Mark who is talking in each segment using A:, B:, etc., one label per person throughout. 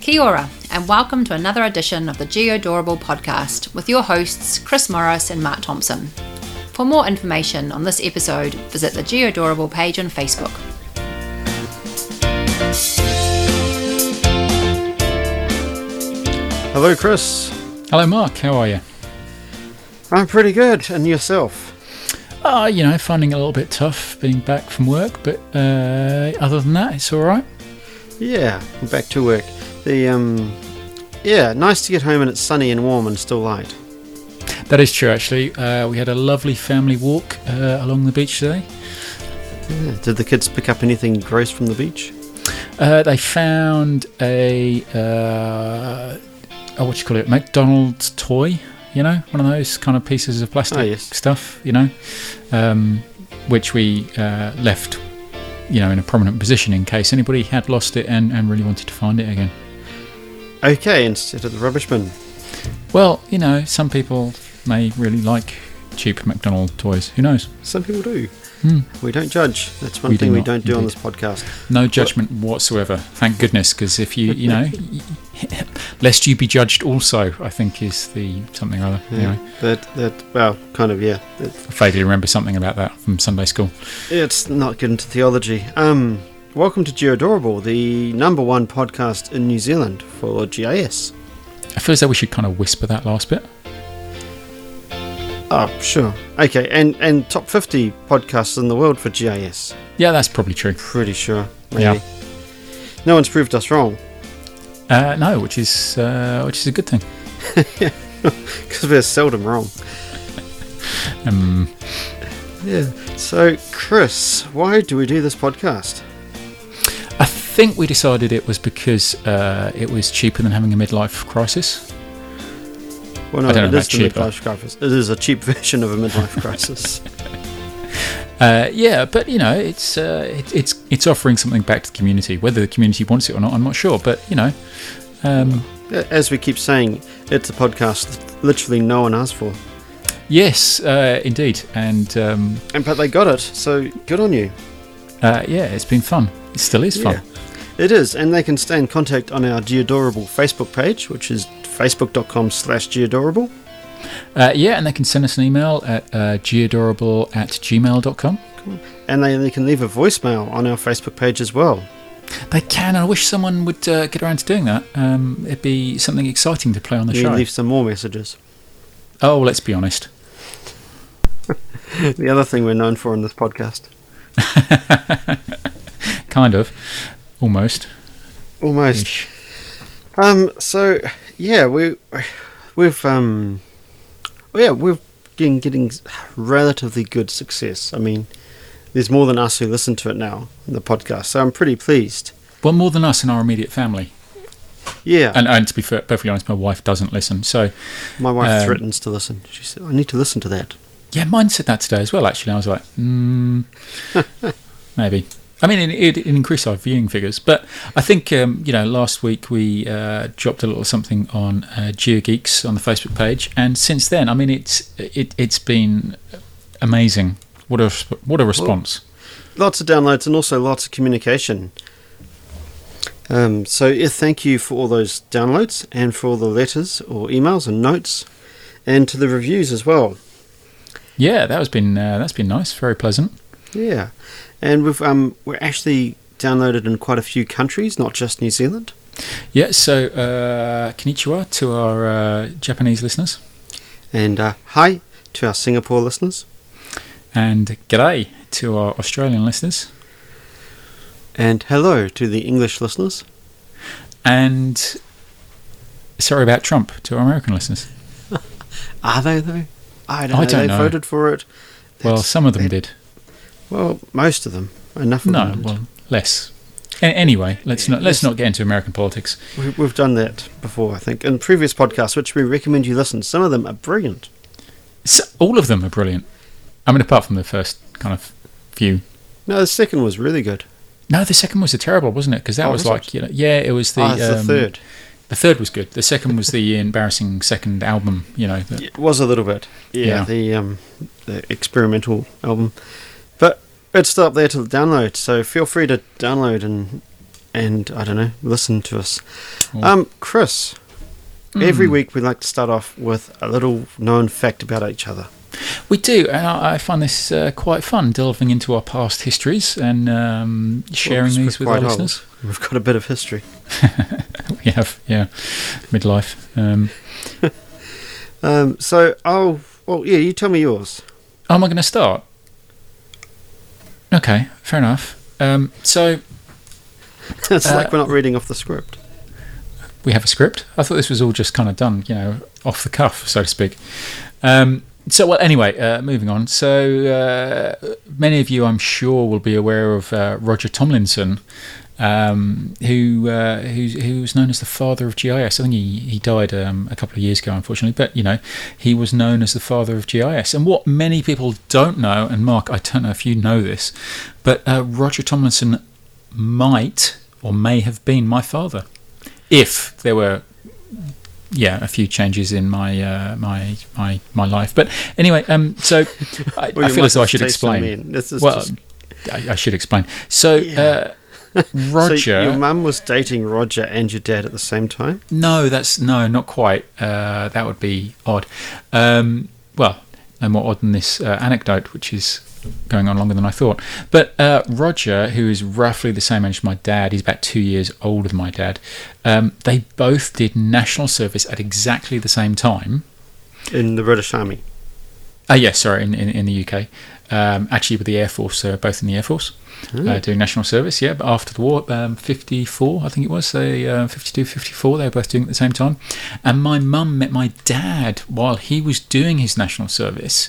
A: Kia ora, and welcome to another edition of the Geodorable podcast with your hosts Chris Morris and Mark Thompson. For more information on this episode, visit the Geodorable page on Facebook.
B: Hello, Chris.
C: Hello, Mark. How are you?
B: I'm pretty good, and yourself?
C: Uh, you know, finding it a little bit tough being back from work, but uh, other than that, it's all right.
B: Yeah, I'm back to work. The um, yeah, nice to get home and it's sunny and warm and still light.
C: That is true, actually. Uh, we had a lovely family walk uh, along the beach today.
B: Yeah. Did the kids pick up anything gross from the beach?
C: Uh, they found a uh, oh, what do you call it? McDonald's toy. You know, one of those kind of pieces of plastic
B: Oh, yes.
C: stuff. You know, um, which we uh, left. You know, in a prominent position in case anybody had lost it and, and really wanted to find it again.
B: Okay, instead of the rubbish bin.
C: Well, you know, some people may really like cheap McDonald toys. Who knows?
B: Some people do.
C: Hmm.
B: We don't judge. That's one
C: We do
B: thing we
C: not,
B: don't do on
C: indeed.
B: this podcast.
C: No judgment whatsoever. Thank goodness, because if you, you know, lest you be judged also, I think is the something or other. Anyway,
B: That that well, kind of yeah. It-
C: I vaguely remember something about that from Sunday school.
B: it's not good into theology. Um, welcome to Geodorable, the number one podcast in New Zealand for GIS.
C: I feel as though we should kind of whisper that last bit.
B: Oh, sure. Okay, and and top fifty podcasts in the world for GIS.
C: Yeah, that's probably true.
B: Pretty sure.
C: Yeah.
B: No one's proved us wrong
C: Uh, no, which is uh, which is a good thing.
B: because we're seldom wrong.
C: Um,
B: Yeah. So, Chris, why do we do this podcast?
C: I think we decided it was because uh, it was cheaper than having a midlife crisis.
B: Well, no,
C: I don't know
B: it is
C: about
B: the
C: cheaper.
B: midlife crisis. It is a cheap version of a midlife crisis.
C: Uh, yeah, but you know, it's uh, it, it's it's offering something back to the community. Whether the community wants it or not, I'm not sure. But you know, um,
B: As we keep saying, it's a podcast that literally no one asked for,
C: yes, uh, indeed, and um,
B: and but they got it. So good on you.
C: uh, yeah, it's been fun. It still is fun.
B: It is, and they can stay in contact on our Geodorable Facebook page, which is facebook.com slash geodorable.
C: Uh, yeah, and they can send us an email at uh, geodorable at gmail.com.
B: And they, they can leave a voicemail on our Facebook page as well.
C: They can. I wish someone would uh, get around to doing that. Um, it'd be something exciting to play on the
B: We
C: show.
B: leave some more messages.
C: Oh, let's be honest.
B: The other thing we're known for on this podcast.
C: Kind of, almost.
B: Almost.
C: Ish.
B: Um. So yeah, we we've um yeah we've been getting relatively good success. I mean, there's more than us who listen to it now in the podcast, so I'm pretty pleased.
C: Well, more than us in our immediate family.
B: Yeah,
C: And, and to be fair, perfectly honest, my wife doesn't listen. So,
B: my wife
C: um,
B: threatens to listen. She said, "I need to listen to that."
C: Yeah, mine said that today as well. Actually, I was like, mm, maybe. I mean, it, it increased our viewing figures, but I think um, you know, last week we uh, dropped a little something on uh, GeoGeeks on the Facebook page, and since then, I mean, it's it, it's been amazing. What a what a response!
B: Lots of downloads and also lots of communication. Um, so yeah, thank you for all those downloads and for all the letters or emails and notes, and to the reviews as well.
C: Yeah, that has been uh, that's been nice, very pleasant.
B: Yeah, and we've um we're actually downloaded in quite a few countries, not just New Zealand.
C: Yeah, so uh, konnichiwa to our uh, Japanese listeners,
B: And uh, hi to our Singapore listeners,
C: and g'day to our Australian listeners.
B: and hello to the English listeners.
C: and sorry about Trump to our American listeners.
B: Are they though? I don't
C: I
B: know.
C: don't
B: they
C: know.
B: voted for it.
C: Well,
B: That's-
C: some of them
B: that-
C: did.
B: Well, most of them. Enough of
C: No,
B: them. did.
C: well, less. A- anyway, let's not let's not get into American politics.
B: We- We've done that before, I think, in previous podcasts, which we recommend you listen. Some of them are brilliant.
C: So, all of them are brilliant. I mean, apart from the first kind of few.
B: No, the second was really good.
C: No, the second was a terrible, wasn't it? Because that
B: Oh,
C: was
B: was
C: like, you know, yeah, it was the,
B: ah, it's the
C: um,
B: third.
C: The third was good. The second was the embarrassing second album. You know, that,
B: It was a little bit. Yeah,
C: Yeah.
B: the um, the experimental album, but it's still up there to download. So feel free to download and and I don't know, listen to us. Um, Chris,
C: Mm.
B: every week we like to start off with a little known fact about each other.
C: We do, and I, I find this uh, quite fun delving into our past histories and um, sharing
B: Well,
C: these with our
B: quite old.
C: listeners.
B: We've got a bit of history.
C: We have, yeah, midlife. Um,
B: Um, so I'll, well, yeah, you tell me yours.
C: how oh, am I going to start? Okay, fair enough. Um, so
B: it's
C: Uh,
B: like we're not reading off the script.
C: we have a script. I thought this was all just kind of done, you know, off the cuff, so to speak. Um, so, well, anyway, uh, moving on. So, uh, many of you, I'm sure, will be aware of uh, Roger Tomlinson, um, who uh, who's, who was known as the father of GIS. I think he he died um, a couple of years ago, unfortunately. But you know, he was known as the father of GIS. And what many people don't know, and Mark, I don't know if you know this, but uh, Roger Tomlinson might or may have been my father if there were yeah a few changes in my uh, my my my life but anyway um so i,
B: Well,
C: I
B: you
C: feel
B: might
C: as though i
B: have
C: should
B: to say some
C: explain
B: men. This is
C: well
B: just-
C: I, I should explain so
B: Yeah.
C: uh
B: so
C: roger
B: your mum was dating Roger and your dad at the same time.
C: no that's no not quite uh that would be odd um well no more odd than this uh, anecdote which is going on longer than i thought but uh roger who is roughly the same age as my dad he's about two years older than my dad um they both did national service at exactly the same time
B: in the British Army.
C: Uh, yeah, sorry, in, in, in the UK. Um, actually, with the Air Force, uh, both in the Air Force, uh, doing national service, yeah. But after the war, um, 54, I think it was, they, uh, 52, 54, they were both doing it at the same time. And my mum met my dad while he was doing his national service.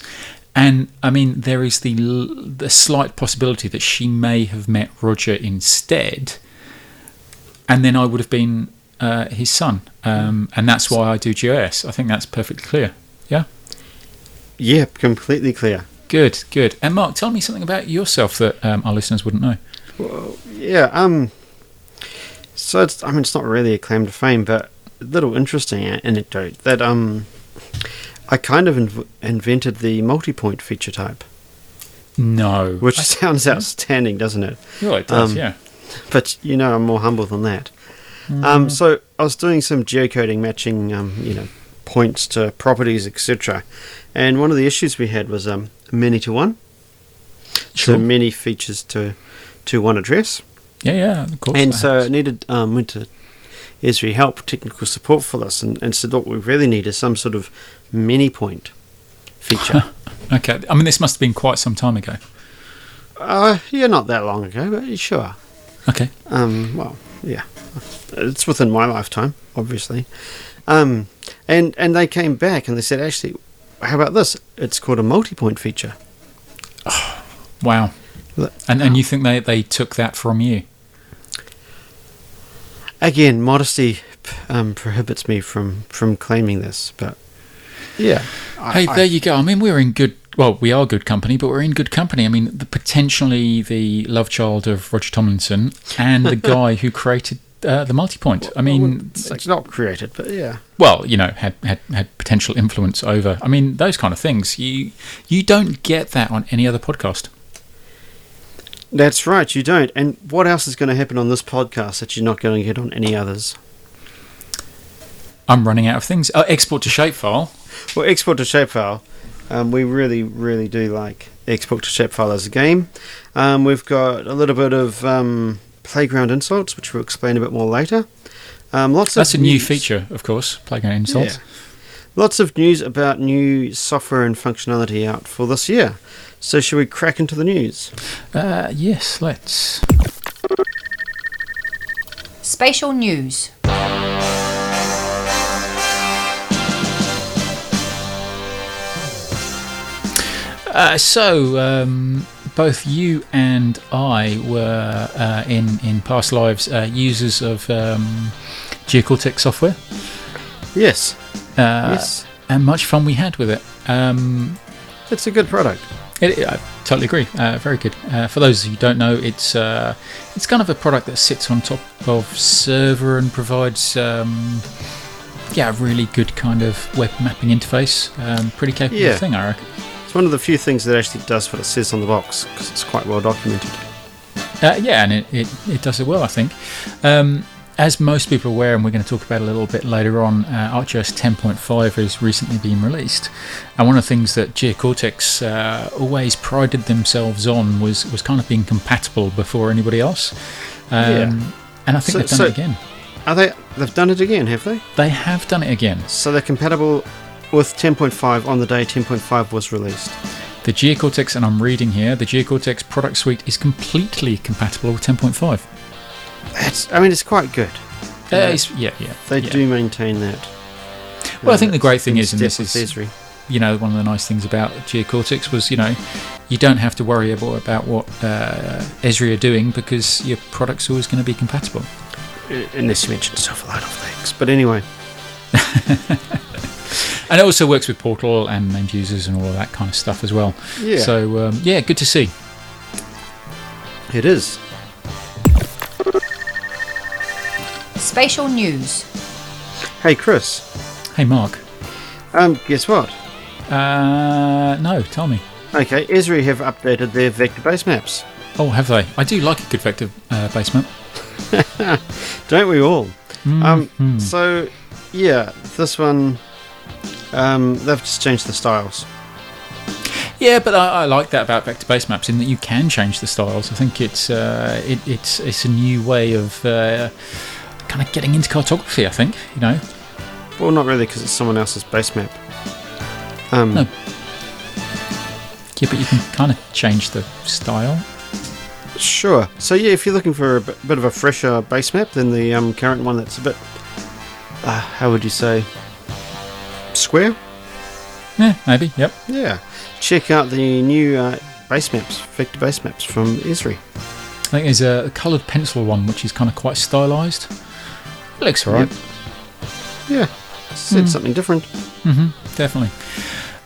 C: And I mean, there is the, l- the slight possibility that she may have met Roger instead. And then I would have been uh, his son. Um, and that's why I do GIS. I think that's perfectly clear. Yeah.
B: Yeah, completely clear.
C: Good, good. And Mark, tell me something about yourself that um, our listeners wouldn't know.
B: Yeah, um, so it's, I mean, it's not really a claim to fame, but a little interesting a- anecdote that um, I kind of inv- invented the multi-point feature type,
C: No.
B: which sounds outstanding, doesn't it?
C: well, it does,
B: um,
C: yeah.
B: But you know, I'm more humble than that.
C: Mm-hmm.
B: Um, so I was doing some geocoding, matching um, you know, points to properties, etc. And one of the issues we had was um, many to one,
C: Sure.
B: so many features to to one address.
C: yeah, yeah, of course.
B: And
C: that
B: so I
C: helps.
B: needed um, went to Esri help technical support for this, and, and said what we really need is some sort of many point feature.
C: Okay, I mean, this must have been quite some time ago.
B: uh, yeah, not that long ago, but sure.
C: Okay.
B: Um, well, yeah, it's within my lifetime, obviously. Um, and and they came back and they said, actually, how about this? It's called a multi point feature.
C: Wow.
B: Look.
C: And and you think they, they took that from you?
B: Again, modesty p- um, prohibits me from from claiming this, but yeah, I-
C: hey,
B: I-
C: there you go. I mean, we're in good. Well, we are good company, but we're in good company. I mean, the, potentially the love child of Roger Tomlinson and the guy who created uh, the multipoint. I mean,
B: it's like not created, but yeah.
C: well, you know, had, had, had potential influence over. I mean, those kind of things. You you don't get that on any other podcast.
B: That's right, you don't. And what else is going to happen on this podcast that you're not going to get on any others?
C: I'm running out of things. Oh, export to shapefile.
B: Well, Export to Shapefile, um, we really, really do like Export to Shapefile as a game. Um, we've got a little bit of um, playground insults, which we'll explain a bit more later. Um, lots
C: That's a
B: of
C: new
B: news-
C: feature, of course. Playground insults.
B: Yeah. Lots of news about new software and functionality out for this year. So, should we crack into the news?
C: Uh, yes, let's.
A: Spatial news.
C: Uh, so, um, both you and I were uh, in in past lives uh, users of um, Geocortex software,
B: Yes.
C: uh,
B: yes.
C: and much fun we had with it. Um,
B: It's a good product.
C: It, I totally agree. Uh, very good. Uh, for those who don't know, it's uh, it's kind of a product that sits on top of server and provides um, yeah, a really good kind of web mapping interface. Um, pretty capable
B: Yeah.
C: thing, I reckon.
B: It's one of the few things that actually does what it says on the box because it's quite well documented.
C: Uh, yeah, and it, it, it does it well, I think. Um, as most people are aware, and we're going to talk about a little bit later on, uh, ArcGIS 10.5 has recently been released. And one of the things that Geocortex uh, always prided themselves on was, was kind of being compatible before anybody else. Um,
B: Yeah.
C: And I think
B: So-
C: they've done
B: so-
C: it again.
B: Are they? They've done it again, have they?
C: They have done it again.
B: So they're compatible with 10.5 on the day 10.5 was released.
C: The Geocortex, and I'm reading here, the Geocortex product suite is completely compatible with 10.5.
B: That's. I mean, it's quite good.
C: Uh,
B: Yeah.
C: it's- yeah, yeah.
B: They
C: yeah.
B: do maintain that.
C: Well, I
B: Uh,
C: think the great thing
B: in
C: is, and
B: step
C: this
B: with
C: is-
B: Esri.
C: you know, one of the nice things about Geocortex was, you know, you don't have to worry about, about what uh, Esri are doing because your product's always going to be compatible.
B: Uh, unless you mention stuff a lot of things. But anyway,
C: And it also works with Portal and named users and all of that kind of stuff as well.
B: Yeah.
C: So, um, yeah, good to see.
B: it is.
A: Spatial news.
B: Hey, Chris.
C: Hey, Mark.
B: Um, guess what?
C: Uh, no, tell me.
B: Okay, Esri have updated their vector-based maps.
C: Oh, have they? I do like a good vector uh, basement.
B: Don't we all?
C: Mm-hmm.
B: Um, so, yeah, this one, um, they've just changed the styles.
C: Yeah, but I, I like that about vector-based maps in that you can change the styles. I think it's uh, it, it's it's a new way of uh, kind of getting into cartography. I think you know.
B: Well, not really, because it's someone else's base map. Um,
C: No. Yeah, but you can kind of change the style.
B: Sure. So, yeah, if you're looking for a b- bit of a fresher base map than the um, current one that's a bit, uh, how would you say, square?
C: Yeah, maybe. Yep.
B: Yeah. Check out the new uh, base maps, vector base maps from Esri.
C: I think there's a coloured pencil one which is kind of quite stylised. It looks alright.
B: Yeah. Said something different.
C: Definitely.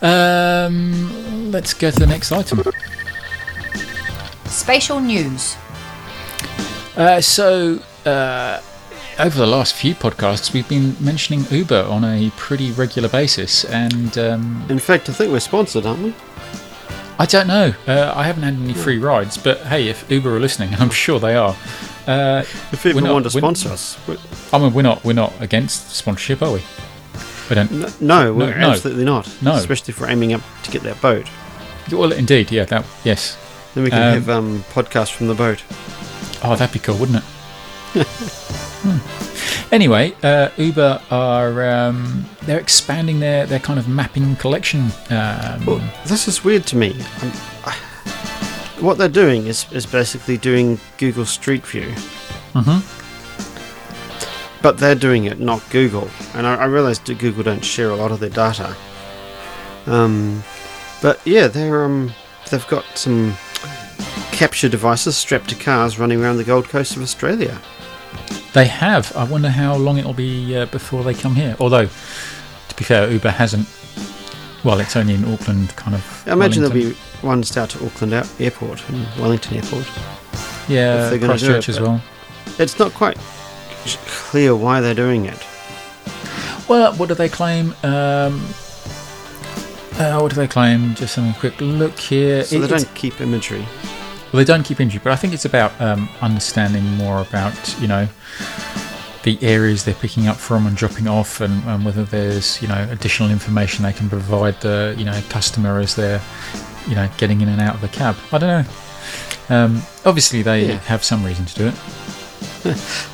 C: Um, let's go to the next item.
A: Spatial news.
C: Uh, so, uh, over the last few podcasts, we've been mentioning Uber on a pretty regular basis, and um,
B: In fact, I think we're sponsored, aren't we?
C: I don't know. Uh, I haven't had any free rides, but hey, if Uber are listening, and I'm sure they are. Uh,
B: If
C: We're
B: people
C: not-
B: want to
C: we're-
B: sponsor us, we-
C: I mean, we're not we're not against sponsorship, are we? We don't.
B: N- No, we're
C: no.
B: absolutely not.
C: No.
B: especially if we're aiming up to get that boat.
C: Well, indeed, yeah. That yes.
B: Then we can
C: Um,
B: have um, podcast from the boat.
C: Oh, that'd be cool, wouldn't it? Hmm. Anyway, uh, Uber are um, they're expanding their, their kind of mapping collection. Um,
B: Well, this is weird to me. Um, I- what they're doing is is basically doing Google Street View,
C: mhm.
B: but they're doing it, not Google. And I, I realize that Google don't share a lot of their data. Um, but yeah, they're um, they've got some capture devices strapped to cars running around the gold coast of Australia.
C: They have. I wonder how long it'll be uh, before they come here. Although, to be fair, Uber hasn't. Well, it's only in Auckland, kind of.
B: I imagine
C: Wellington.
B: there'll be ones out to Auckland Au- Airport and Wellington Airport. if
C: yeah,
B: they're gonna do it,
C: Christchurch as
B: but-
C: well.
B: It's not quite clear why they're doing it.
C: Well, what do they claim? Um, uh, what do they claim? Just having a quick look here.
B: So
C: It-
B: they
C: it's-
B: don't keep imagery.
C: Well, they don't keep injury, but I think it's about um, understanding more about you know the areas they're picking up from and dropping off, and, and whether there's you know additional information they can provide the you know customer as they're you know getting in and out of the cab. I don't know. Um, obviously, they
B: Yeah.
C: have some reason to do it.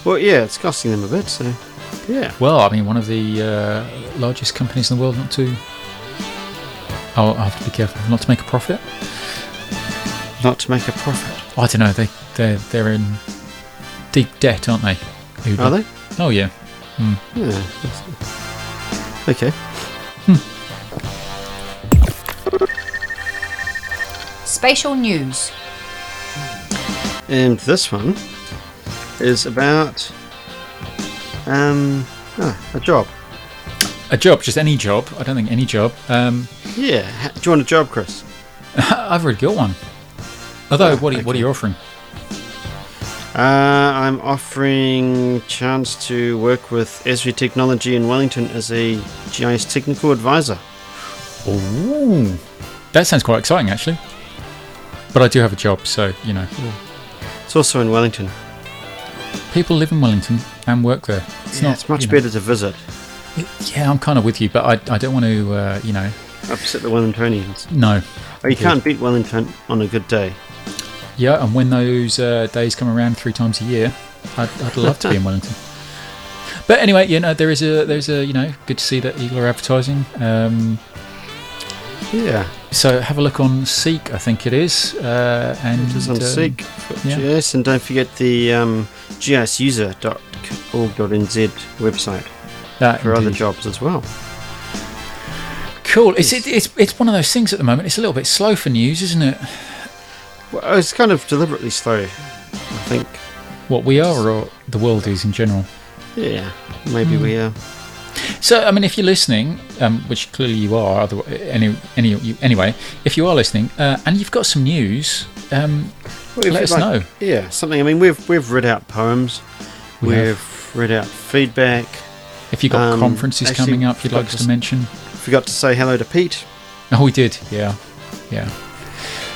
B: Well, yeah, it's costing them a bit, so yeah.
C: Well, I mean, one of the uh, largest companies in the world not to. I'll, I'll have to be careful not to make a profit.
B: Not to make a profit.
C: I don't know. They they they're in deep debt, aren't they? Uber?
B: Are they?
C: Oh yeah.
B: Yeah. Okay.
A: Spatial news.
B: And this one is about um ah, a job.
C: a job, just any job. I don't think any job. Um,
B: Yeah. ha- Do you want a job, Chris?
C: I've already got one. Although,
B: Oh,
C: what, are, you- what
B: okay.
C: are you offering?
B: Uh, I'm offering chance to work with Esri Technology in Wellington as a GIS technical advisor.
C: Ooh, that sounds quite exciting, actually. But I do have a job, so you know.
B: So It's also in Wellington.
C: People live in Wellington and work there. It's
B: Yeah,
C: not.
B: it's much
C: you know-
B: better to visit.
C: yeah, I'm kind of with you, but I, I don't want to. Uh, you know,
B: Upset the Wellingtonians.
C: no.
B: Oh, you can't beat Wellington on a good day.
C: Yeah, and when those uh, days come around three times a year, I'd, I'd love to be in Wellington. But anyway, you know, there is a there's a you know good to see that Eagle are advertising. Um,
B: Yeah,
C: so have a look on Seek, I think it is, uh, and
B: it is on
C: um,
B: Seek.
C: yeah.
B: Yes, and don't forget the um, gisuser.org.nz website
C: that
B: for other
C: indeed.
B: jobs as well.
C: Cool. It's, it, it's it's one of those things at the moment. It's a little bit slow for news, isn't it?
B: Well, it's kind of deliberately slow, I think.
C: What we are or the world is in general.
B: Yeah, maybe
C: Hmm.
B: we uh, are.
C: So, I mean, if you're listening, um, which clearly you are, otherwise, any, any, you, anyway, if you are listening uh, and you've got some news, um,
B: Well, if
C: Let
B: you'd
C: us know.
B: Yeah, something. I mean, we've we've read out poems,
C: We
B: we've
C: have.
B: read out feedback.
C: if you've got
B: Um,
C: conferences
B: actually,
C: coming up you'd
B: forgot
C: like us
B: to
C: to
B: s-
C: mention.
B: Forgot to say hello to Pete.
C: Oh, we did. Yeah. Yeah.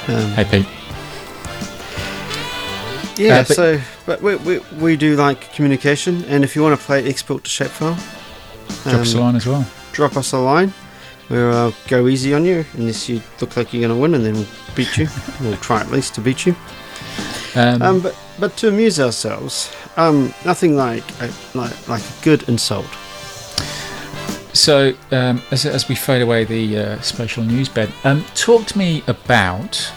B: Um,
C: Hey, Pete.
B: yeah,
C: uh, but-
B: so but we, we we do like communication, and if you want to play export to um, shapefile,
C: Drop us a line as well.
B: drop us a line. We'll uh, go easy on you unless you look like you're going to win, and then we'll beat you. we'll try at least to beat you.
C: Um,
B: Um, but but to amuse ourselves, um, nothing like a, like like a good insult.
C: so, um, as, as we fade away the uh, spatial news bed, um, talk to me about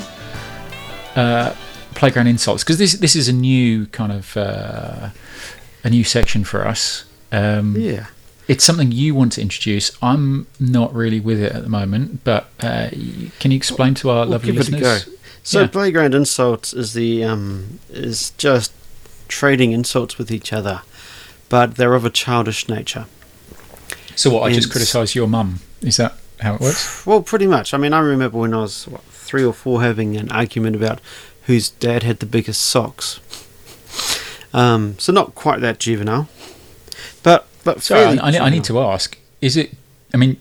C: uh, playground insults because this this is a new kind of uh, a new section for us. Um,
B: Yeah.
C: It's something you want to introduce. I'm not really with it at the moment, but uh, y- can you explain to our
B: We'll
C: lovely
B: give it a
C: listeners?
B: go. So
C: Yeah.
B: playground insults is the um, is just trading insults with each other, but they're of a childish nature.
C: So what? I just
B: It's-
C: criticise your mum. Is that how it works?
B: Well, pretty much. I mean, I remember when I was what, three or four having an argument about whose dad had the biggest socks. Um, so not quite that juvenile, but but
C: Sorry,
B: fairly
C: I, I, need- I need
B: juvenile.
C: to ask: Is it? I mean,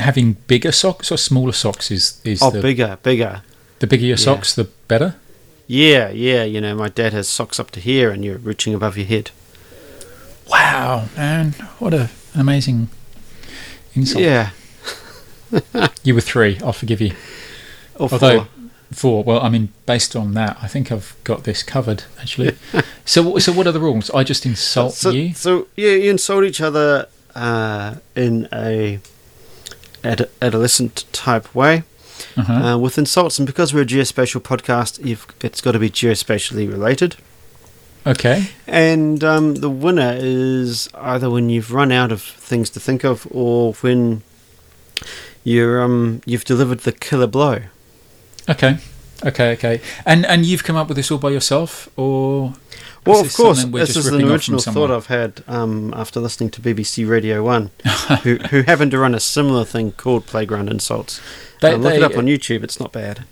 C: having bigger socks or smaller socks is is
B: Oh,
C: the,
B: bigger, bigger.
C: the bigger your socks, the better.
B: Yeah, yeah. You know, my dad has socks up to here, and you're reaching above your head.
C: Wow, man! What a, an amazing insult.
B: Yeah,
C: You were three. I'll forgive you.
B: or
C: Although
B: four.
C: four. Well, I mean, based on that, I think I've got this covered actually. so, so what are the rules? I just insult
B: so,
C: you.
B: So yeah, you insult each other uh, in a ad- adolescent type way
C: Uh-huh.
B: uh, with insults, and because we're a geospatial podcast, you've, it's got to be geospatially related.
C: okay.
B: And um, the winner is either when you've run out of things to think of, or when you're um, you've delivered the killer blow.
C: Okay. Okay, okay, and and you've come up with this all by yourself, or
B: Well,
C: this
B: of course,
C: something we're
B: this
C: just
B: is an
C: ripping off from
B: original
C: someone?
B: thought I've had um, after listening to BBC Radio One, who, who happened to run a similar thing called Playground Insults.
C: They-
B: um, look it
C: they-
B: up on YouTube; it's not bad.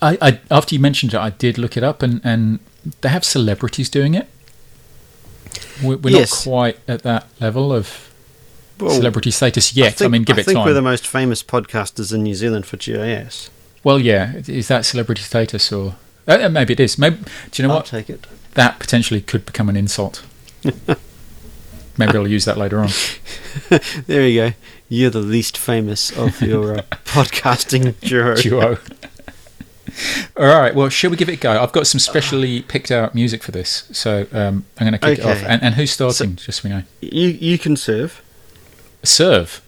C: I, I after you mentioned it, I did look it up, and, and they have celebrities doing it. We're, we're
B: Yes.
C: not quite at that level of
B: Well,
C: celebrity status
B: I
C: yet. I,
B: think-
C: mean, give
B: I
C: it
B: think
C: time.
B: we're the most famous podcasters in New Zealand for GIS.
C: well, yeah, is that celebrity status or uh, uh, maybe it is? Maybe do you know
B: I'll
C: what?
B: take it.
C: that potentially could become an insult. maybe I'll use that later on.
B: There you go. You're the least famous of your uh, podcasting duo.
C: Duo. All right. Well, shall we give it a go? I've got some specially picked out music for this, so um, I'm going to kick it off.
B: Okay.
C: And, and who's starting? just so we know.
B: You you can serve.
C: Serve.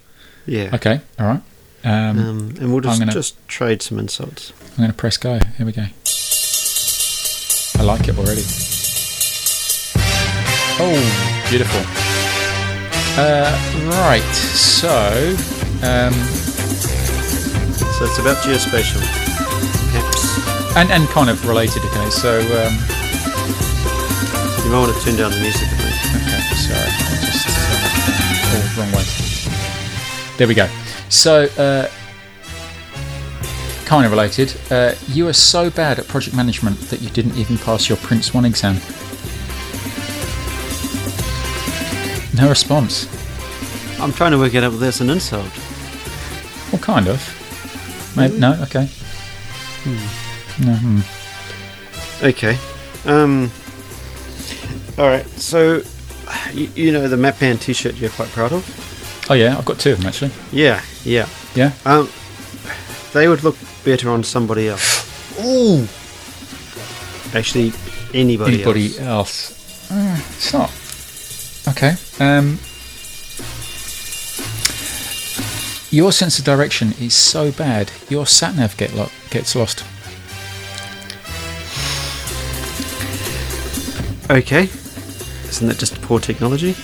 B: Yeah.
C: Okay. All right. um,
B: Um, and we'll just
C: gonna-
B: just trade some insults.
C: I'm going to press go. Here we go. I like it already. Oh, beautiful. Uh, right, so um,
B: So it's about geospatial. Perhaps
C: and and kind of related. Okay, so um,
B: you might want to turn down the music a bit.
C: okay, sorry, I just uh, oh, wrong way. There we go. So uh, kind of related. Uh, you are so bad at project management that you didn't even pass your Prince One exam. No response.
B: I'm trying to work it out whether it's an insult.
C: Well, kind of. Maybe, no, okay. No, hmm.
B: Okay. Um, all right, so you, you know the Map Band T-shirt you're quite proud of.
C: Oh yeah, I've got two of them actually.
B: Yeah, yeah.
C: Yeah.
B: Um, they would look better on somebody else. Ooh. Actually, anybody.
C: Anybody
B: Else.
C: else? Uh, it's not. Okay. Um, your sense of direction is so bad. Your sat nav get lo- gets lost.
B: Okay. Isn't that just poor technology?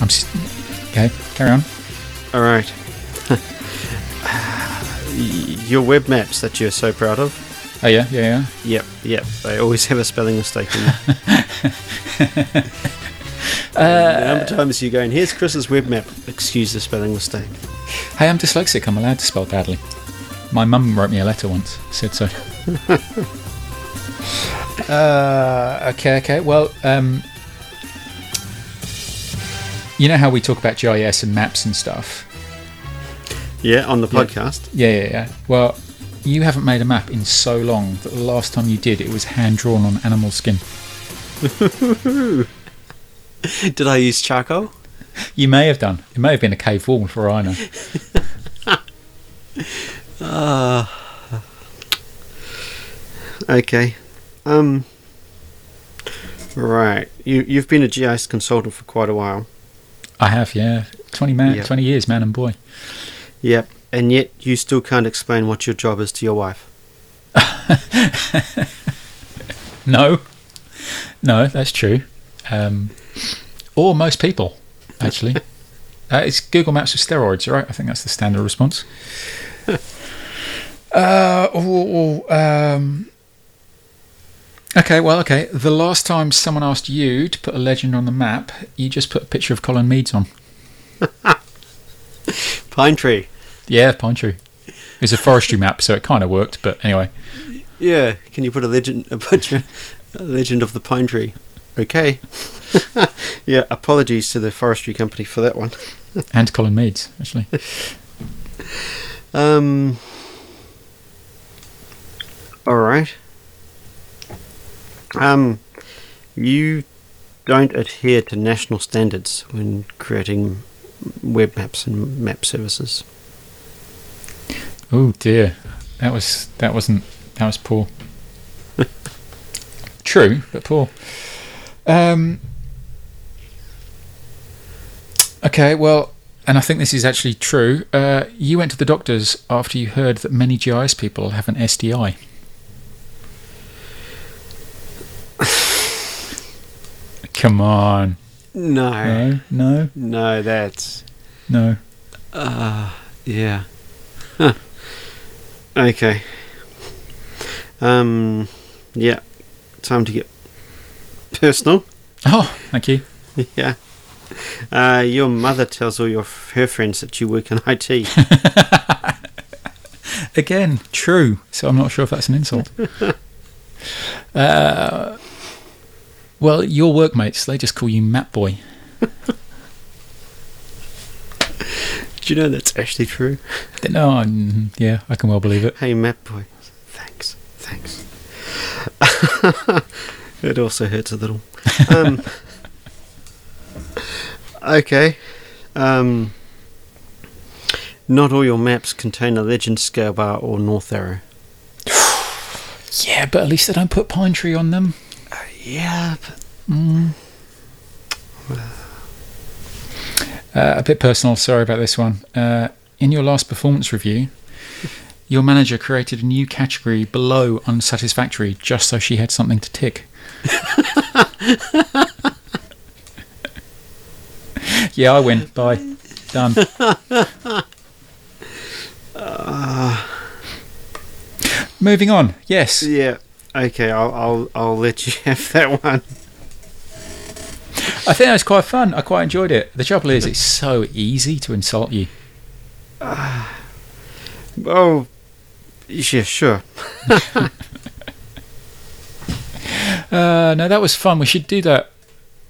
C: I'm s okay. Carry on.
B: All right. Your web maps that you're so proud of.
C: Oh yeah, yeah, yeah.
B: Yep, yep. They always have a spelling mistake in there. the number of times you go in, here's Chris's web map. Excuse the spelling mistake.
C: Hey, I'm dyslexic. I'm allowed to spell badly. My mum wrote me a letter once. Said so. uh, okay, okay. Well, um, you know how we talk about GIS and maps and stuff.
B: Yeah, on the podcast.
C: Yeah, yeah, yeah. Well, you haven't made a map in so long that the last time you did, it was hand drawn on animal skin.
B: Did I use charcoal?
C: You may have done. It may have been a cave wall for all I know.
B: Okay. Um. Right. You you've been a GIS consultant for quite a while.
C: I have, yeah. 20, man,
B: Yeah.
C: 20 years, man and boy.
B: Yep. And yet you still can't explain what your job is to your wife.
C: No. No, that's true. Um, or most people, actually. uh, it's Google Maps with steroids, right? I think that's the standard response. uh, or, or, um, okay, well, okay. The last time someone asked you to put a legend on the map, you just put a picture of Colin Meads on.
B: Pine tree.
C: Yeah, pine tree. It's a forestry map, so it kind of worked, but anyway.
B: Yeah. Can you put a legend a picture a legend of the pine tree? Okay. yeah. Apologies to the forestry company for that one.
C: And Colin Meads, actually.
B: Um. All right. Um, you don't adhere to national standards when creating web maps and map services.
C: Oh dear, that was that wasn't that was poor. True, but poor. Um. Okay, well, and I think this is actually true. Uh, you went to the doctors after you heard that many GIS people have an SDI. Come on,
B: No,
C: no, no,
B: no, that's
C: no.
B: yeah. Huh. Okay. Um, yeah. Time to get personal.
C: Oh, thank you.
B: Yeah. Uh, your mother tells all your her friends that you work in IT.
C: Again, true. So I'm not sure if that's an insult. uh, well, your workmates, they just call you Map Boy.
B: Do you know that's actually true?
C: They- No, I'm- yeah, I can well believe it.
B: Hey, Map Boy. Thanks. Thanks. it also hurts a little. Um, okay. Um, not all your maps contain a legend scale bar or north arrow.
C: Yeah, but at least they don't put pine tree on them.
B: Yeah, but
C: Uh, a bit personal. Sorry about this one. Uh, in your last performance review, your manager created a new category below unsatisfactory just so she had something to tick. yeah, I win. Bye. Done. Moving on. Yes.
B: yeah. Okay, I'll I'll I'll let you have that one.
C: I think that was quite fun. I quite enjoyed it. The trouble is, it's so easy to insult you.
B: Oh, yeah, sure.
C: Uh, no, that was fun. We should do that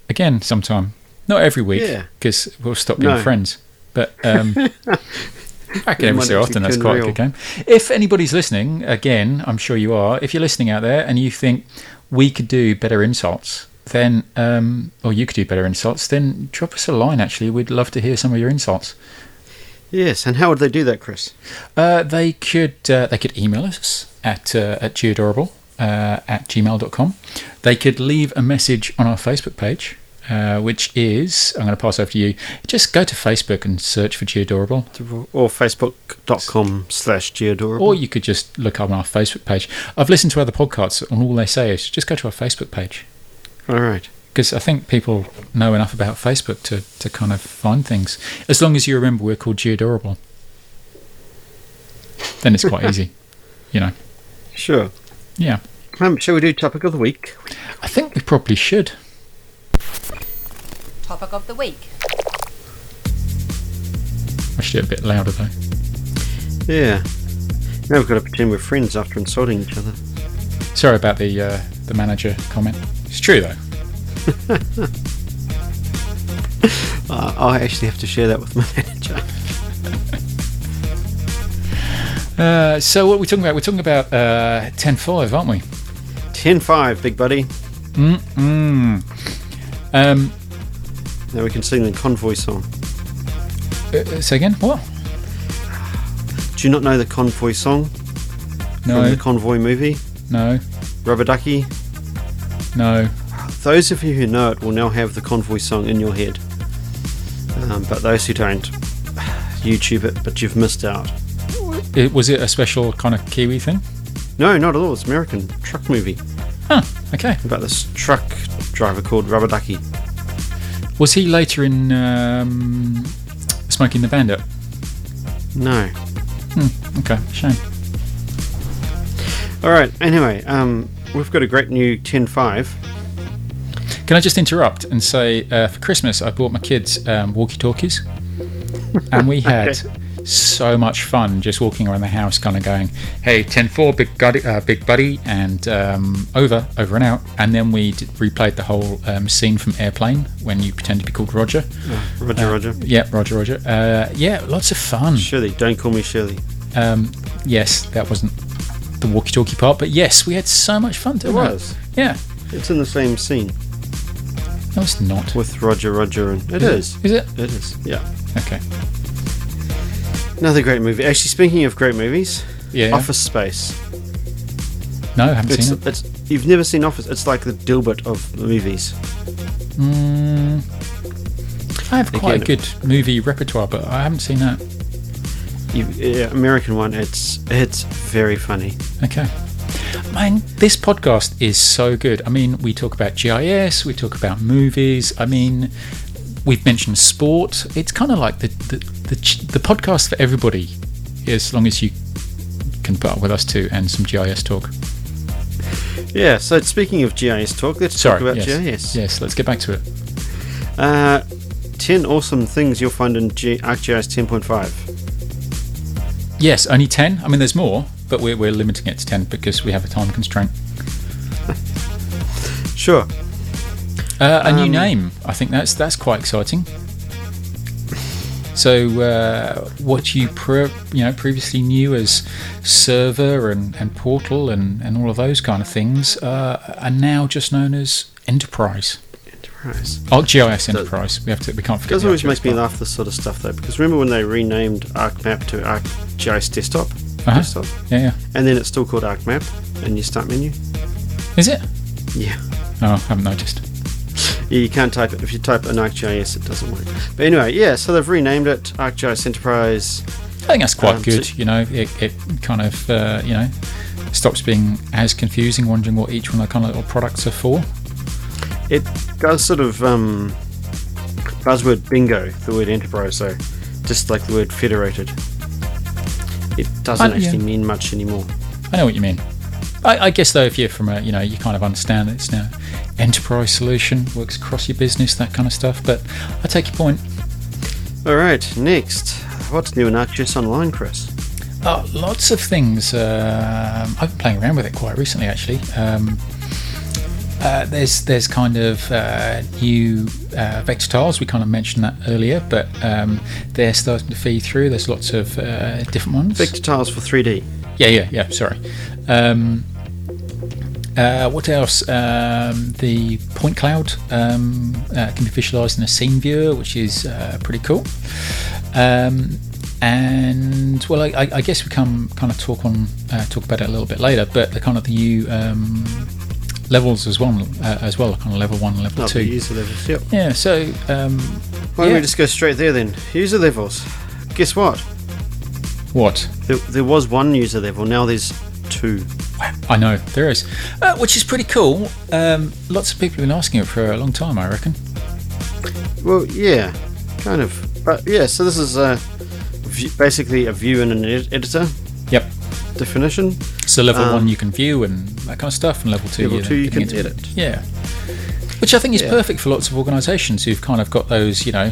C: again sometime. Not every week,
B: Yeah.
C: because we'll stop being
B: No.
C: friends. But um, I reckon every
B: Might
C: so
B: actually
C: often that's
B: turn
C: quite a
B: real.
C: good game. If anybody's listening, again, I'm sure you are. If you're listening out there and you think, we could do better insults, then, um, or you could do better insults, then drop us a line. Actually, we'd love to hear some of your insults.
B: Yes, and how would they do that, Chris?
C: Uh, they could uh, they could email us at uh, at geodorable uh, at gmail.com. They could leave a message on our Facebook page. Uh, which is, I'm going to pass over to you. Just go to Facebook and search for Geodorable.
B: Or facebook.com slash geodorable.
C: Or you could just look up on our Facebook page. I've listened to other podcasts, and all they say is just go to our Facebook page
B: All right.
C: because I think people know enough about Facebook to, to kind of find things. As long as you remember we're called Geodorable, then it's quite easy. You know,
B: Sure.
C: yeah.
B: Um, shall we do topic of the week?
C: I think we probably should.
A: Topic of the week.
C: I should do it a bit louder though.
B: Yeah. Now we've got to pretend we're friends after insulting each other.
C: Sorry about the uh, the manager comment. It's true though.
B: Uh, I actually have to share that with my manager.
C: Uh, so what are we talking about? We're talking about uh, 10.5, aren't we?
B: 10 5, big buddy.
C: Mm. Um,
B: Now we can sing the convoy song.
C: uh, say again? What?
B: Do you not know the convoy song from
C: No,
B: the convoy movie?
C: no,
B: Rubber Ducky?
C: no.
B: Those of you who know it will now have the convoy song in your head. Um, but those who don't, YouTube it, but you've missed out.
C: It, was it a special kind of Kiwi thing?
B: No, not at all. It's American truck movie
C: Huh, okay.
B: about this truck driver called Rubber Ducky.
C: Was he later in um, Smoking the Bandit?
B: No.
C: Okay, shame.
B: All right. Anyway, um, we've got a great new 10.5.
C: Can I just interrupt and say uh, for Christmas I bought my kids um, walkie-talkies, and we had so much fun just walking around the house, kind of going, "Hey, ten four, big buddy, uh, big buddy," and um, over, over and out. And then we d- replayed the whole um, scene from Airplane when you pretend to be called Roger.
B: Roger, Roger.
C: Yeah, Roger, Roger. Uh, yeah, lots of fun.
B: Shirley, don't call me Shirley.
C: Um, yes, that wasn't the walkie-talkie part, but yes, we had so much fun. It
B: was.
C: Yeah,
B: It's in the same scene
C: no, it's not.
B: with Roger, Roger, and it is.
C: Is it?
B: It is. Yeah.
C: Okay.
B: Another great movie. Actually, speaking of great movies,
C: Yeah.
B: Office Space.
C: No, I haven't
B: It's,
C: seen it.
B: it's you've never seen Office. It's like the Dilbert of movies.
C: Mm, I have quite a
B: Again-
C: good movie repertoire, but I haven't seen that.
B: You, yeah, American one. It's it's very funny.
C: Okay. Man, this podcast is so good. I mean, we talk about GIS, we talk about movies. I mean, we've mentioned sport. It's kind of like the the, the ch- the podcast for everybody, as long as you can put up with us too and some GIS talk.
B: Yeah. So speaking of GIS talk, let's
C: Sorry,
B: talk about
C: yes,
B: GIS.
C: yes. Let's get back to it.
B: Uh, ten awesome things you'll find in G- ArcGIS 10.5.
C: Yes, only ten. I mean, there's more, but we're we're limiting it to ten because we have a time constraint.
B: Sure.
C: Uh, a new
B: Um,
C: name. I think that's that's quite exciting. So, uh, what you pre- you know previously knew as server and, and portal and, and all of those kind of things uh, are now just known as enterprise. Oh,
B: Enterprise.
C: ArcGIS Enterprise. We have to. We can't
B: It
C: forget.
B: does
C: the
B: always make
C: ArcGIS
B: me
C: part.
B: laugh this sort of stuff though, because remember when they renamed ArcMap to ArcGIS Desktop?
C: Uh-huh.
B: Desktop.
C: Yeah, yeah.
B: And then it's still called ArcMap in your start menu.
C: Is it?
B: Yeah.
C: Oh, I haven't noticed.
B: Yeah, you can't type it. If you type in ArcGIS, it doesn't work. But anyway, yeah, so they've renamed it ArcGIS Enterprise.
C: I think that's quite
B: Um,
C: good.
B: so-
C: you know, it, it kind of uh, you know stops being as confusing, wondering what each one of the kind of little products are for.
B: It does sort of um, buzzword bingo, the word enterprise, though, just like the word federated. It doesn't
C: Uh, yeah.
B: actually mean much anymore.
C: I know what you mean. I, I guess though, if you're from a, you know, you kind of understand that it's now enterprise solution works across your business, that kind of stuff. But I take your point.
B: All right, next. What's new in ArcGIS Online, Chris?
C: Oh, lots of things. Um, I've been playing around with it quite recently, actually. Um, uh, there's there's kind of uh, new uh, vector tiles. We kind of mentioned that earlier, but um, they're starting to feed through. There's lots of uh, different ones.
B: Vector tiles for 3D.
C: Yeah, yeah, yeah. Sorry. Um, Uh, what else? Um, the point cloud um, uh, can be visualized in a scene viewer, which is uh, pretty cool. Um, and well, I, I I guess we can kind of talk on uh, talk about it a little bit later. But the kind of the new um, levels as well, uh, as well, kind of level one, level
B: Oh, the
C: two.
B: user levels. Yep.
C: Yeah. So um,
B: Why don't
C: Yeah.
B: we just go straight there then? User levels. Guess what?
C: what?
B: There, there was one user level. Now there's two.
C: I know there is, uh, which is pretty cool. Um, lots of people have been asking it for a long time, I reckon.
B: Well, yeah, kind of. But yeah, so this is uh, view, basically a view in an ed- editor
C: Yep.
B: definition.
C: So level
B: Um,
C: one you can view and that kind of stuff, and level two,
B: Level
C: you're
B: two you
C: looking
B: can
C: into-
B: edit.
C: Yeah, which I think is
B: Yeah.
C: perfect for lots of organisations who've kind of got those. You know,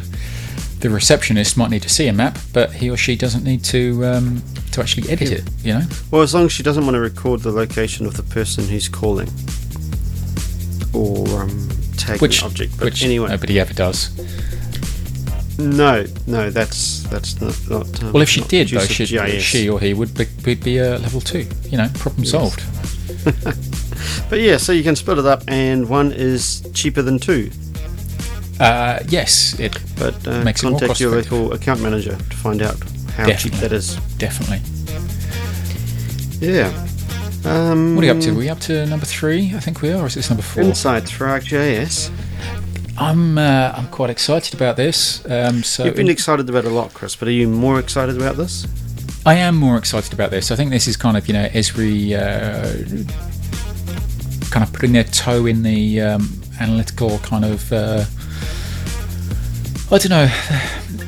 C: the receptionist might need to see a map, but he or she doesn't need to um, to actually edit it. You know,
B: Well, as long as she doesn't want to record the location of the person who's calling or um, tag
C: which
B: an object. But
C: which
B: anyway,
C: nobody ever does.
B: no, no, that's that's not. not um,
C: Well, if she
B: not
C: did
B: use
C: though,
B: of
C: she'd,
B: GIS.
C: she or he would be, would be uh, level two. You know, problem solved.
B: But yeah, so you can split it up, and one is cheaper than two.
C: Uh, yes, it
B: But uh,
C: Makes it more
B: contact your
C: cost-effective.
B: local account manager to find out how
C: Definitely.
B: cheap that is.
C: definitely.
B: Yeah. Um,
C: What are you up to? Are we up to number three? I think we are. Or is this number four?
B: Inside Thrark.js.
C: I'm uh, I'm quite excited about this. Um, so
B: You've been excited about a lot, Chris, but are you more excited about this?
C: I am more excited about this. I think this is kind of you know Esri uh, kind of putting their toe in the um, analytical kind of uh, I don't know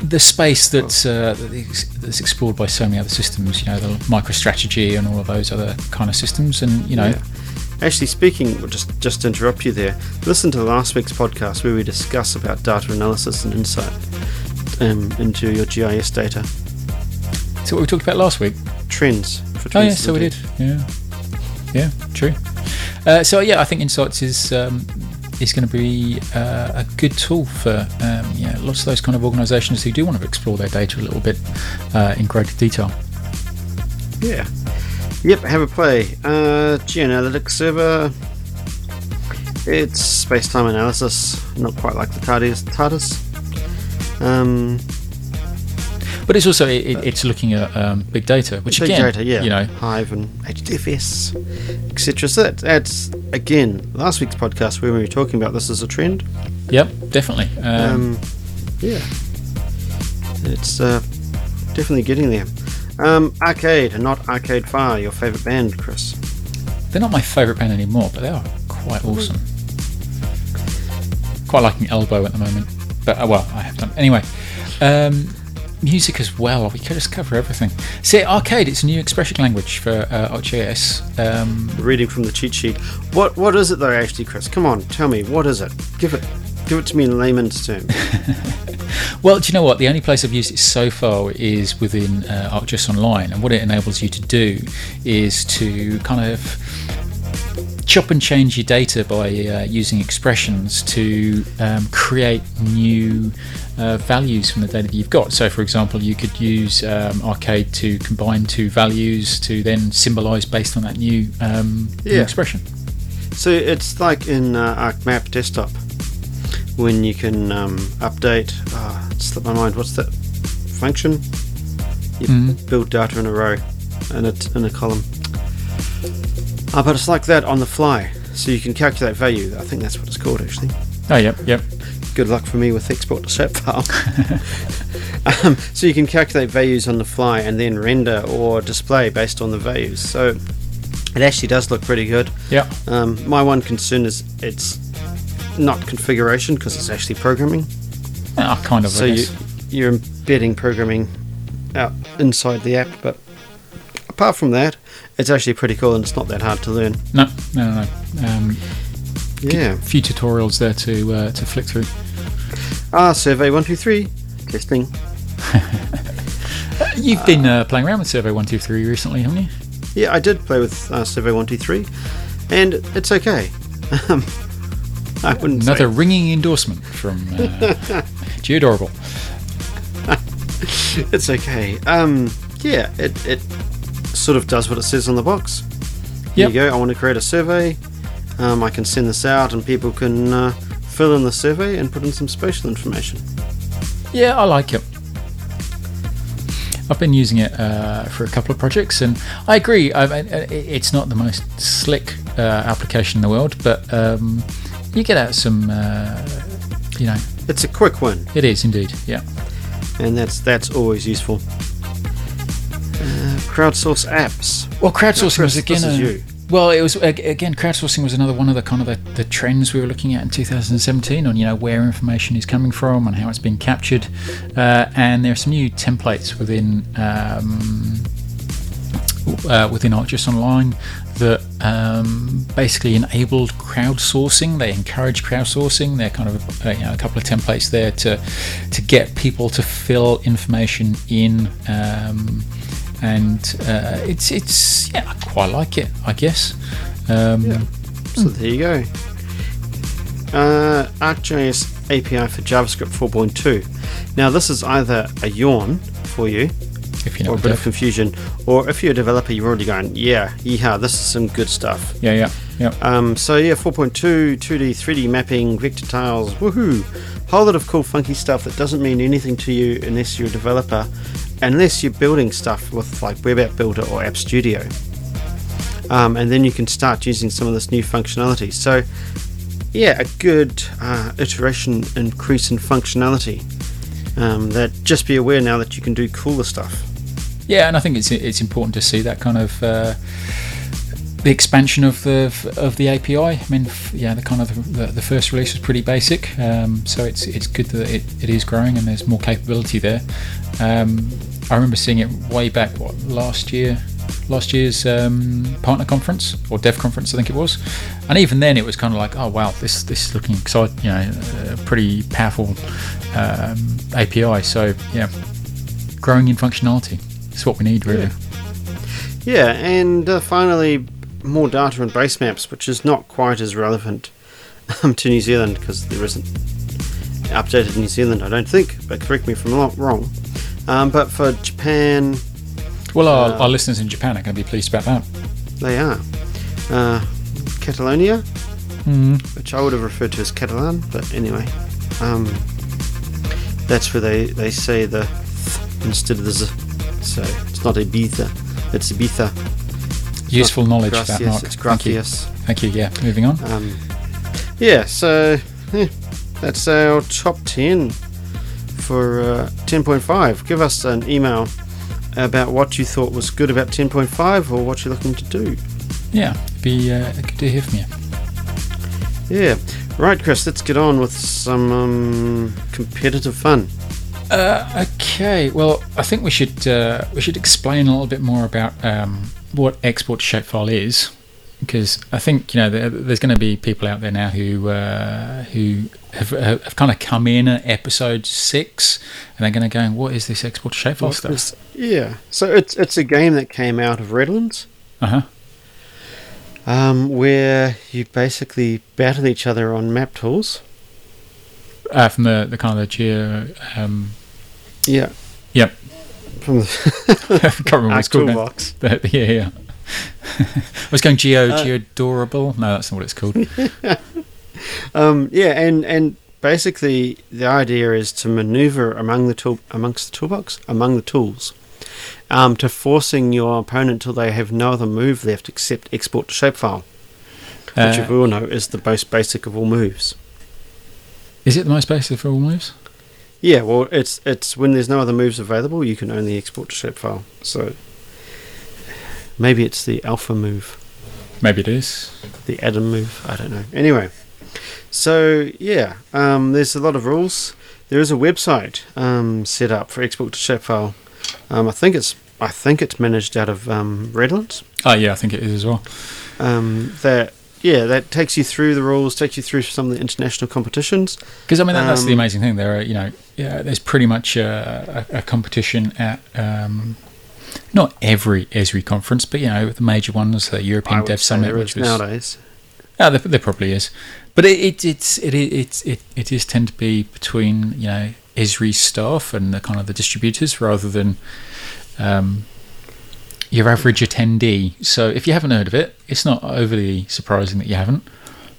C: the space that's uh, that is- that's explored by so many other systems. You know the MicroStrategy and all of those other kind of systems, and you know
B: Yeah. Actually, speaking, well, just just to interrupt you there. Listen to last week's podcast where we discuss about data analysis and insight um, into your GIS data
C: so what we talked about last week.
B: trends. For trends
C: Oh yeah,
B: of the
C: so we
B: day.
C: did. Yeah, yeah, true. Uh, so yeah, I think Insights is um, is going to be uh, a good tool for um, yeah lots of those kind of organisations who do want to explore their data a little bit uh, in greater detail.
B: Yeah. Yep, have a play. Uh, Geoanalytics server. It's space time analysis, not quite like the TARDIS. TARDIS. Um,
C: But it's also it, it- it's looking at um, big data, which
B: big
C: again,
B: data, yeah.
C: you know,
B: Hive and HDFS, etc. So that, that's, again, last week's podcast where we were talking about this as a trend.
C: yep, definitely. Um,
B: Um, yeah. It's uh, definitely getting there. Um, arcade and not Arcade Fire, your favourite band, Chris.
C: they're not my favourite band anymore, but they are quite awesome. Quite liking Elbow at the moment, but uh, well, I have done anyway. Um, music as well. We could just cover everything. See, arcade. It's a new expression language for uh, ArcGIS. Um,
B: reading from the cheat sheet. What what is it though, actually, Chris? Come on, tell me what is it? Give it, give it to me in layman's terms.
C: well, do you know what? The only place I've used it so far is within uh, ArcGIS Online, and what it enables you to do is to kind of chop and change your data by uh, using expressions to um, create new uh, values from the data that you've got. So, for example, you could use um, Arcade to combine two values to then symbolize based on that new, um, new
B: Yeah.
C: expression.
B: so it's like in uh, ArcMap Desktop when you can um, update. Uh, it slipped my mind. What's that function? You build data in a row, and it in a column. Uh, but it's like that on the fly, so you can calculate value. I think that's what it's called, actually.
C: Oh, yep, yep.
B: good luck for me with export to SAP file. um, so you can calculate values on the fly and then render or display based on the values. So it actually does look pretty good.
C: Yeah.
B: Um, my one concern is it's not configuration because it's actually programming.
C: Ah, kind of.
B: So
C: I
B: you,
C: guess.
B: you're embedding programming out inside the app, but apart from that, it's actually pretty cool and it's not that hard to learn.
C: No, no, no. no. Um,
B: Yeah.
C: A few tutorials there to uh, to flick through.
B: Ah, survey one two three testing.
C: You've been uh, playing around with Survey One Two Three recently, haven't you?
B: Yeah, I did play with uh, Survey One Two Three, and it's okay. Um, I wouldn't say-
C: Another ringing endorsement from uh, Geodorable.
B: it's okay. Um, yeah, it it sort of does what it says on the box. Here
C: Yep.
B: you go. I want to create a survey. Um, I can send this out and people can uh, fill in the survey and put in some spatial information.
C: Yeah, I like it. I've been using it uh, for a couple of projects, and I agree. I, I, it's not the most slick uh, application in the world, but um, you get out some, uh, you know,
B: It's a quick win,
C: it is indeed. Yeah,
B: and that's that's always useful. Uh, crowdsource apps.
C: Well, crowdsourcing
B: Now, Chris,
C: was again.
B: this is
C: a-
B: you.
C: Well, it was ag- again crowdsourcing was another one of the kind of the, the trends we were looking at in 2017 on you know where information is coming from and how it's being captured, uh, and there are some new templates within um, uh, within ArcGIS Online that um, basically enabled crowdsourcing. They encourage crowdsourcing. They're kind of uh, you know, a couple of templates there to to get people to fill information in, um, and uh, it's it's yeah, I quite like it, I guess. Um,
B: So there you go. Uh, ArcGIS API for JavaScript 4.2. Now this is either a yawn for you,
C: If you know,
B: or a
C: what
B: bit
C: I
B: of confusion, or if you're a developer, you're already going, yeah, yeah, this is some good stuff.
C: yeah, yeah, yeah.
B: Um, so yeah, 4.2, 2D, 3D mapping, vector tiles, woohoo! Whole lot of cool, funky stuff that doesn't mean anything to you unless you're a developer, unless you're building stuff with like Web App Builder or App Studio. Um, and then you can start using some of this new functionality. So yeah, a good uh, iteration increase in functionality. Um, that just be aware now that you can do cooler stuff.
C: Yeah, and I think it's it's important to see that kind of uh, the expansion of the of the API. I mean, f- yeah, the kind of the, the first release was pretty basic, um, so it's it's good that it, it is growing and there's more capability there. Um, I remember seeing it way back what last year, last year's um, partner conference or dev conference, I think it was, and even then it was kind of like, oh wow, this this is looking exciting, you know, a pretty powerful um, API. So yeah, growing in functionality. It's what we need, really.
B: Yeah, and uh, finally, more data and base maps, which is not quite as relevant um, to New Zealand because there isn't updated New Zealand, I don't think. But correct me if I'm lo- wrong. Um, but for Japan,
C: Well, our, our listeners in Japan are going to be pleased about that.
B: they are uh, Catalonia, which I would have referred to as Catalan, but anyway, um, that's where they they say the th instead of the z. So it's not Ibiza, it's Ibiza.
C: Useful knowledge
B: Gracias,
C: about Mark.
B: it's
C: Thank you.
B: gracias.
C: Thank you. Yeah. Moving on.
B: Um, yeah, so eh, that's our top 10 for uh, 10.5. Give us an email about what you thought was good about 10.5 or what you're looking to do.
C: yeah. it'd Be uh, good to hear from you.
B: Yeah. Right, Chris, let's get on with some um, competitive fun.
C: Uh, okay. Well, I think we should uh, we should explain a little bit more about um, what export to shapefile is, because I think you know there, there's going to be people out there now who uh, who have, have kind of come in at episode six and they're going to go, "What is this export to shapefile stuff?"
B: Yeah. So it's it's a game that came out of Redlands
C: Uh huh.
B: um, where you basically battle each other on map tools.
C: Uh, from the, the kind of the geo um,
B: Yeah.
C: Yep.
B: From the
C: can't remember what it's called. now.
B: toolbox.
C: But, yeah, yeah. I was going Geo
B: Uh,
C: Geodorable. No, that's not what it's called.
B: Um, yeah, and and basically the idea is to maneuver among the tool amongst the toolbox among the tools, um, to forcing your opponent till they have no other move left except export to shapefile, which
C: Uh,
B: we all know is the most basic of all moves.
C: is it the most basic for all moves?
B: Yeah, well, it's it's when there's no other moves available, you can only export to shapefile. So maybe it's the alpha move.
C: Maybe it is.
B: the Adam move. I don't know. Anyway, so yeah, um, there's a lot of rules. There is a website um, set up for export to shapefile. Um, I think it's I think it's managed out of um, Redlands.
C: Oh, yeah, I think it is as well.
B: Um, that yeah, that takes you through the rules, takes you through some of the international competitions.
C: Because I mean, that, that's the
B: Um,
C: amazing thing. There are, you know, yeah, there's pretty much a, a, a competition at um, not every E ESRI conference, but you know, the major ones, the
B: I
C: European
B: would
C: Dev
B: say
C: Summit,
B: there
C: which
B: is
C: was
B: nowadays.
C: Yeah, there, there probably is, but it it it's, it it it's- it it is tend to be between you know Esri staff and the kind of the distributors rather than um, your average attendee. So if you haven't heard of it, it's not overly surprising that you haven't.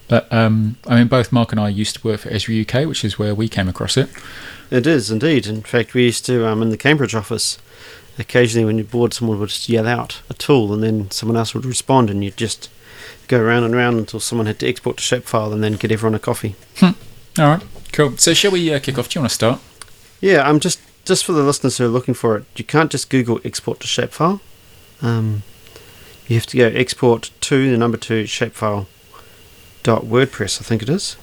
C: But um, I mean, both Mark and I used to work for Esri UK, which is where we came across it.
B: It is indeed. In fact, we used to um, in the Cambridge office. Occasionally, when you're bored, someone would just yell out a tool, and then someone else would respond, and you'd just go round and round until someone had to export to shapefile, and then get everyone a coffee.
C: All right, cool. So shall we uh, kick off? Do you want to start?
B: Yeah, I'm just just for the listeners who are looking for it. You can't just Google export to shapefile. Um, you have to go export to the number two shapefile. Dot WordPress, I think it is.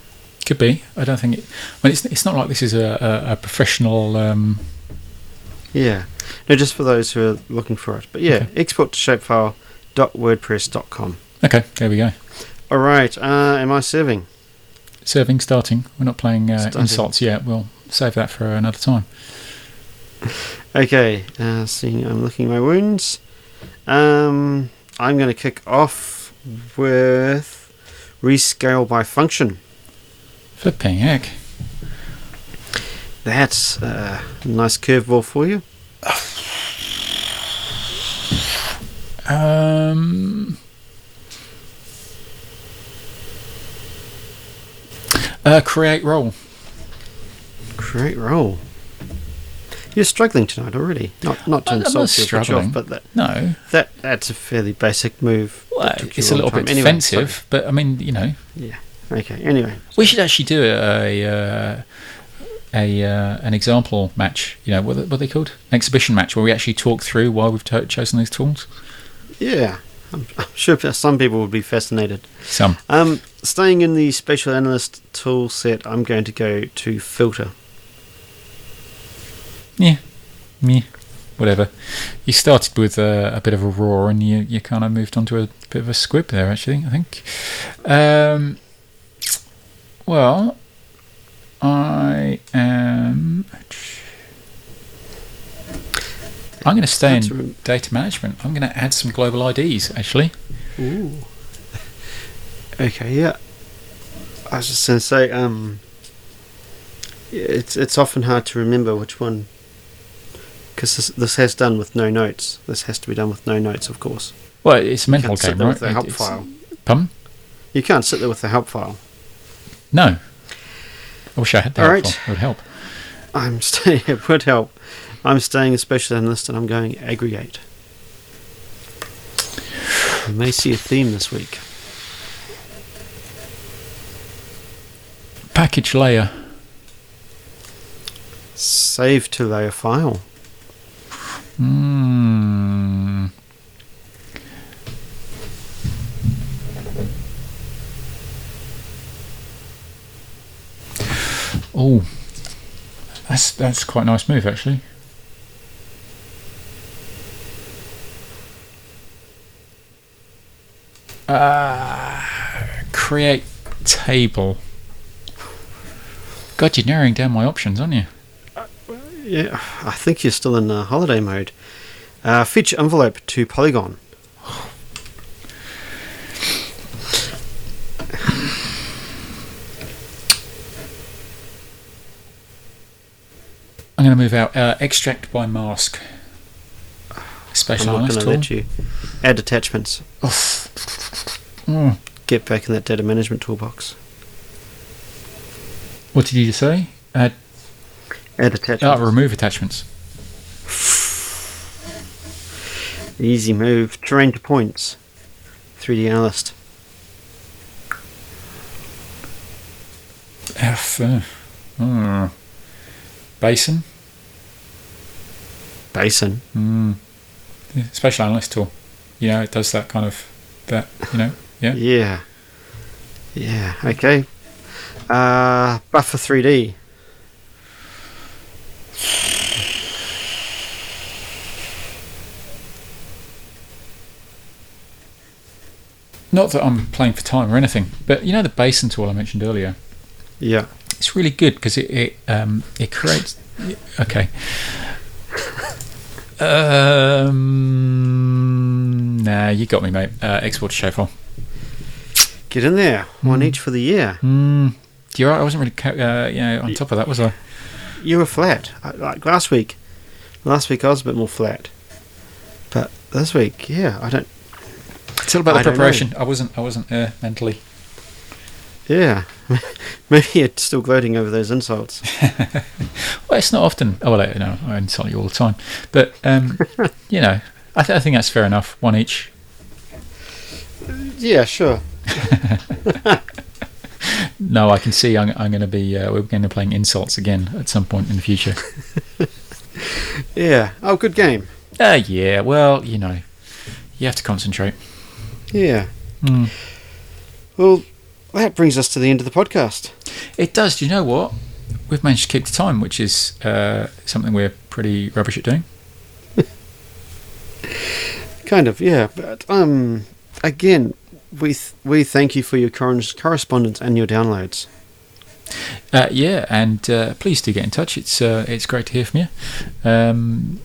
C: Could be. I don't think. It, I mean, it's it's not like this is a a, a professional. Um,
B: Yeah. No, just for those who are looking for it. But yeah, export to shapefile. Dot wordpress.com.
C: okay, there we go.
B: All right. Uh, am I serving?
C: Serving, starting. We're not playing uh,
B: Starting.
C: insults yet. We'll save that for another time.
B: Okay. Uh, seeing I'm looking my wounds. Um, I'm going to kick off with rescale by function.
C: Flipping heck.
B: That's uh, a nice curveball for you.
C: Um, uh, create role.
B: Great roll. You're struggling tonight already. Not not to
C: I'm not
B: insult you, but,
C: struggling.
B: you're- but that,
C: No,
B: that that's a fairly basic move. that
C: well,
B: took you
C: it's a
B: long
C: little bit
B: time. Anyway,
C: defensive, but I mean, you know,
B: sorry. Okay. Anyway.
C: we should actually do a a, uh, a uh, an example match. You know, what are, what are they called? An exhibition match where we actually talk through why we've to- chosen these tools.
B: Yeah. I'm, I'm sure some people would be fascinated.
C: Some
B: Um, staying in the spatial analyst tool set, I'm going to go to filter.
C: meh, whatever. You started with uh, a, a bit of a roar, and you you kind of moved on to a bit of a squib there. Actually, I think. Um, well, I am. I'm going to stay
B: That's
C: in
B: right.
C: data management. I'm going to add some global IDs actually.
B: Ooh. Okay, yeah. I was just going to say, um, it's it's often hard to remember which one, because this, this has done with no notes. This has to be done with no notes, of course.
C: Well, it's a
B: You
C: mental
B: can't sit
C: game,
B: there
C: right?
B: with the help
C: It's-
B: file.
C: Pardon?
B: You can't sit there with the help file.
C: No. I wish I had that.
B: All
C: All
B: right.
C: right. It would help.
B: I'm staying. It would help. I'm staying a special analyst, and I'm going aggregate. You may see a theme this week.
C: Package layer.
B: Save to layer file.
C: Hmm. Oh, that's that's quite a nice move actually. Uh, create table. God, you're narrowing down my options, aren't you?
B: Yeah, I think you're still in uh, holiday mode. Uh, fetch envelope to polygon.
C: I'm going to move out. Uh, extract by mask.
B: I'm
C: Special
B: not going
C: analyst
B: to
C: tool.
B: let you. Add attachments.
C: Mm.
B: Get back in that data management toolbox.
C: What did you say? Add,
B: Add
C: oh,
B: attachments.
C: remove attachments.
B: Easy move. Terrain to points. 3D analyst.
C: F. uh, mm. Basin.
B: Basin.
C: Mm. Yeah, Special analyst tool. You know, it does that kind of that. You know. Yeah.
B: Yeah. Yeah. Okay. Uh, buffer 3D.
C: Not that I'm playing for time or anything, but you know the basin tool I mentioned earlier.
B: Yeah.
C: It's really good because it it, um, it creates. Okay. Um, nah, you got me, mate. Uh, export to showfile.
B: Get in there. One each for the year.
C: Mm, you're right. I wasn't really, ca- uh, you know, on top of that, was I?
B: You were flat. I- Like last week. Last week I was a bit more flat. But this week, yeah, I don't.
C: It's all about
B: I
C: the
B: don't know.
C: preparation. I wasn't. I wasn't uh, mentally.
B: Yeah. Maybe you're still gloating over those insults.
C: Well, it's not often. Oh, well, you know, I insult you all the time, but um, you know, I, th- I think that's fair enough. One each.
B: Yeah, sure.
C: No, I can see. I'm, I'm going to be. Uh, we're going to be playing insults again at some point in the future.
B: Yeah. Oh, good game.
C: Uh, yeah. Well, you know, you have to concentrate.
B: Yeah.
C: Mm.
B: Well, that brings us to the end of the podcast.
C: It does. Do you know what? We've managed to keep the time, which is uh, something we're pretty rubbish at doing.
B: Kind of, yeah. But um, again, we th- we thank you for your cor- correspondence and your downloads.
C: Uh, yeah, and uh, please do get in touch. It's uh, it's great to hear from you. Um,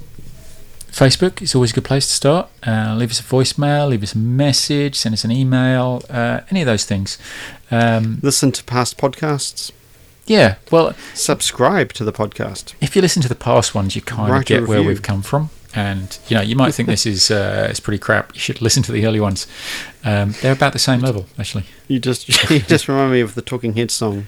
C: Facebook is always a good place to start. Uh, leave us a voicemail, leave us a message, send us an email, uh, any of those things. Um,
B: Listen to past podcasts.
C: yeah, well,
B: Subscribe to the podcast.
C: if you listen to the past ones, you kind
B: Write
C: of
B: a
C: get where
B: review.
C: we've come from. And you know, you might think this is uh, it's pretty crap. You should listen to the early ones. Um, they're about the same level, actually.
B: You just you just remind me of the Talking Heads song.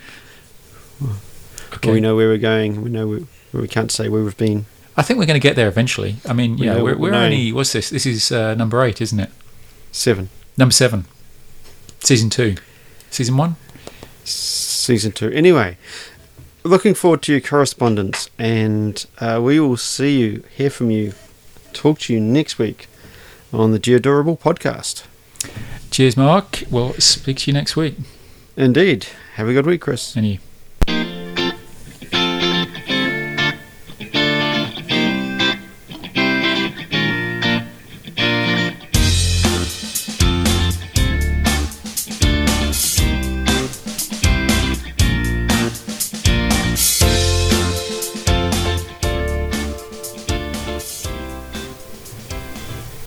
C: Okay.
B: We know where we're going. We know we, we can't say where we've been.
C: I think we're going to get there eventually. I mean, you
B: We
C: know,
B: know
C: we're,
B: what we
C: we're
B: know.
C: only what's this? This is uh, number eight, isn't it?
B: Seven,
C: Number seven, season two, season one.
B: season two. Anyway, looking forward to your correspondence, and uh, we will see you, hear from you, talk to you next week on the Geodurable podcast.
C: Cheers, Mark. We'll speak to you next week.
B: Indeed. Have a good week, Chris.
C: And you.